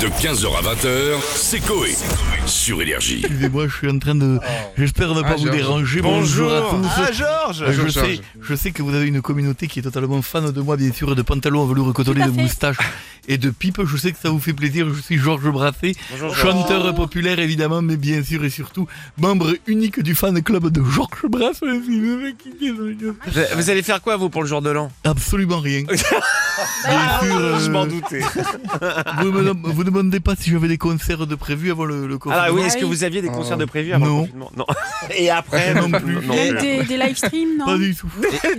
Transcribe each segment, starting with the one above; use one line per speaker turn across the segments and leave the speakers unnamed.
De 15h à 20h, c'est Coé. Sur Énergie.
Excusez-moi, je suis en train de. J'espère ne pas
Ah,
vous
Georges.
déranger.
Bonjour. Ah,
à tous.
Georges
Euh, je,
Bonjour,
sais,
Georges.
je sais que vous avez une communauté qui est totalement fan de moi, bien sûr, de pantalons à velours cotonné,
Tout à
de
fait.
moustache et de pipe. Je sais que ça vous fait plaisir. Je suis Georges Brassé, chanteur populaire évidemment, mais bien sûr et surtout membre unique du fan club de Georges Brassé.
Vous vous allez faire quoi, vous, pour le jour de l'an
Absolument rien. Bien sûr, euh,
doutais.
vous, me, vous demandez pas si j'avais des concerts de prévus avant le, le
Ah
confinement.
oui, est-ce que vous aviez des concerts de prévus avant
Euh, Non.
le confinement Non. Et après
Non plus.
non
Des, des, des live streams, non
Pas du tout.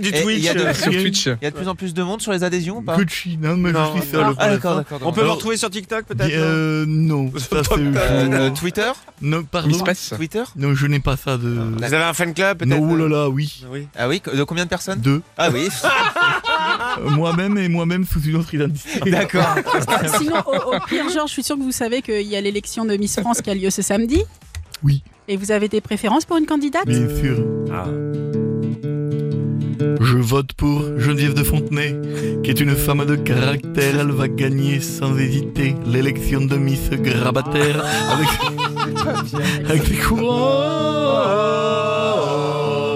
Du
Et il
Twitch. euh,
y a de-
Sur Twitch.
Il y a de plus en plus de monde sur les adhésions ou pas
Gucci, non, mais
Non.
je suis seul. pour
Ah d'accord,
l'instant.
d'accord.
On
d'accord.
peut le
Alors-
retrouver sur TikTok, peut-être
Euh, Bien, euh, non, ça c'est.
Euh, Twitter
Non, pardon.
Twitter
Non, je n'ai pas ça de.
Vous avez un fan club, peut-être euh,
Non, oh là là, oui.
Oui.
Ah oui, de combien de personnes
Deux.
Ah oui,
Euh, moi-même et moi-même sous une autre identité.
d'accord.
Ah, Sinon, au, au pire, Georges, je suis sûre que vous savez qu'il y a l'élection de Miss France qui a lieu ce samedi.
Oui.
Et vous avez des préférences pour une candidate
Bien sûr.
Ah.
Je vote pour Geneviève de Fontenay, qui est une femme de caractère. Elle va gagner sans hésiter l'élection de Miss Grabataire avec, avec des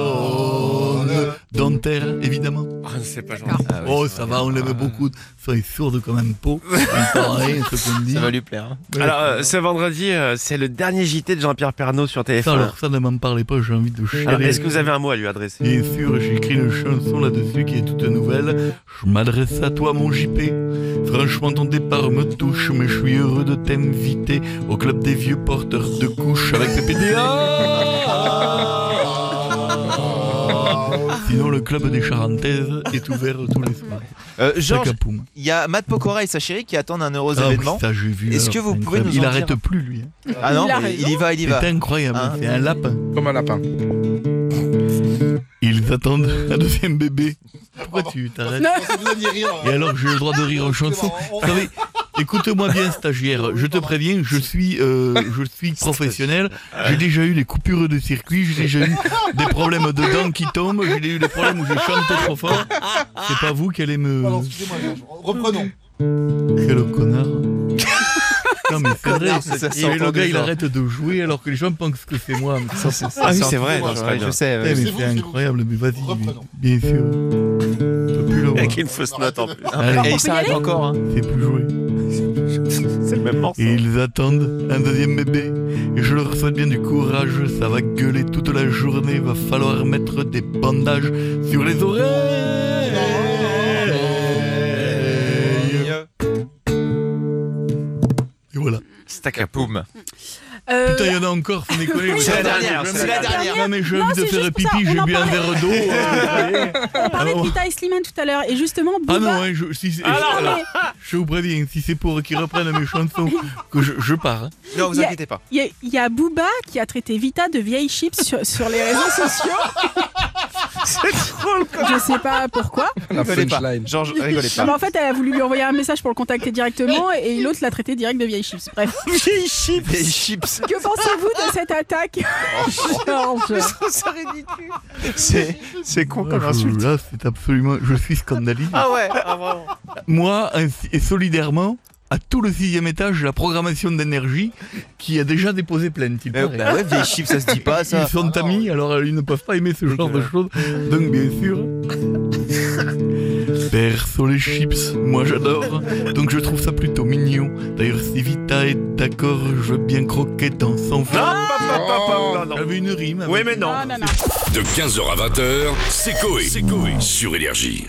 couronnes dentaires, évidemment.
Ah c'est pas gentil.
Ah
oh, ça va, on l'aimait beaucoup. Soyez sourde comme un pot. On parle rien, ce qu'on dit.
Ça va lui plaire.
Oh,
Alors, euh, ce vendredi, euh, c'est le dernier JT de Jean-Pierre Pernaut sur
Ça,
TF1.
alors ça, ne m'en parlez pas, j'ai envie de
Alors,
chialer.
Est-ce que vous avez un mot à lui adresser
Bien sûr, j'ai écrit une chanson là-dessus qui est toute nouvelle. Je m'adresse à toi, mon JP. Franchement, ton départ me touche, mais je suis heureux de t'inviter au club des vieux porteurs de couches avec PPDA. Sinon, le club des Charentaises est ouvert tous les soirs.
Euh, Georges,
Tacapoum.
il y a Matt Pokora et sa chérie qui attendent un heureux
Ah oui,
événement.
ça, j'ai vu.
Est-ce
alors,
que vous
c'est
pouvez
incroyable.
nous en
Il
dire
arrête plus, lui. hein.
Ah non,
Il a
mais
raison.
il y va, il y va.
C'est incroyable,
Hein
c'est un lapin. Comme un lapin. Ils attendent un deuxième bébé. Pourquoi tu t'arrêtes
hein.
Et alors, j'ai le droit de rire en chanson. Vous savez, écoute-moi bien, stagiaire. Je te préviens, je suis, euh, je suis professionnel. J'ai déjà eu les coupures de circuit. J'ai déjà eu des problèmes de dents qui tombent. J'ai eu des problèmes où j'ai chanté trop fort. C'est pas vous qui allez me.
Reprenons.
Quel connard. Non, mais c'est vrai.
Ça, ça
Et le
s'entend
gars, il
déjà.
arrête de jouer alors que les gens pensent que c'est moi. mais ça, c'est-
Ah oui, c'est
s'entend,
vrai.
ouais,
non, c'est pas
je
bien.
sais.
Eh,
ouais.
mais
Euh, c'est
c'est
vous, c'est vous.
incroyable, mais vas-y,
Reprenons.
bien sûr. Je peux plus le voir.
Avec une fausse note en plus.
Allez,
Et il
y
s'arrête
aller
encore. hein.
c'est plus joué.
C'est le même morceau.
Et ils attendent un deuxième bébé. Et je leur souhaite bien du courage. Ça va gueuler toute la journée. Va falloir mettre des bandages sur les oreilles. Et voilà.
Stacapoum.
Euh,
Putain, il y en a encore, sans déconner.
C'est la
Jamais-
dernière, c'est la dernière.
Non, mais j'ai
Non,
envie de
c'est
faire
juste pour ça,
pipi,
on
j'ai
en
bu un verre d'eau. euh,
on parlait de
Ah bon.
Rita et Slimane tout à l'heure. Et justement,
Ah non,
Booba-
hein, je, si, si-
Non,
alors,
mais
je vous préviens, si c'est pour qu'ils reprennent mes chansons, que je, je pars. hein.
Non, vous
Il y a-
inquiétez pas.
il y, a- il y a Booba qui a traité Vita de vieille chips sur, sur les réseaux sociaux. C'est drôle, Je sais pas pourquoi.
Rigolez pas. Georges, rigolez
Ah, mais
pas.
en fait, elle a voulu lui envoyer un message pour le contacter directement et l'autre l'a traité direct de vieille chips. Bref.
Vieille chip.
Des chips.
Que pensez-vous de cette attaque Georges
C'est c'est con
Ah,
comme
je-
insulte.
Là, c'est absolument. Je suis scandalisé.
Ah ouais, ah, vraiment.
Moi, ainsi- et solidairement, à tout le sixième étage, la programmation d'énergie qui a déjà déposé plainte. Il
Eh
Mais-
paraît.
Bah ouais, vieille chips, ça se dit pas ça.
Ils sont amis, alors euh, ils ne peuvent pas aimer ce genre de choses. Donc, bien sûr. Perso les chips, moi j'adore. Donc je trouve ça plutôt mignon. D'ailleurs, si Vita est d'accord, je veux bien croquer dans son
Ah Non,
verre.
Ah, bah,
pas- pas- pas- pas- non, non.
J'avais une rime. avec-
Oui, mais non.
Non, non, non.
De 15h à 20h, c'est Coé. Sur Énergie.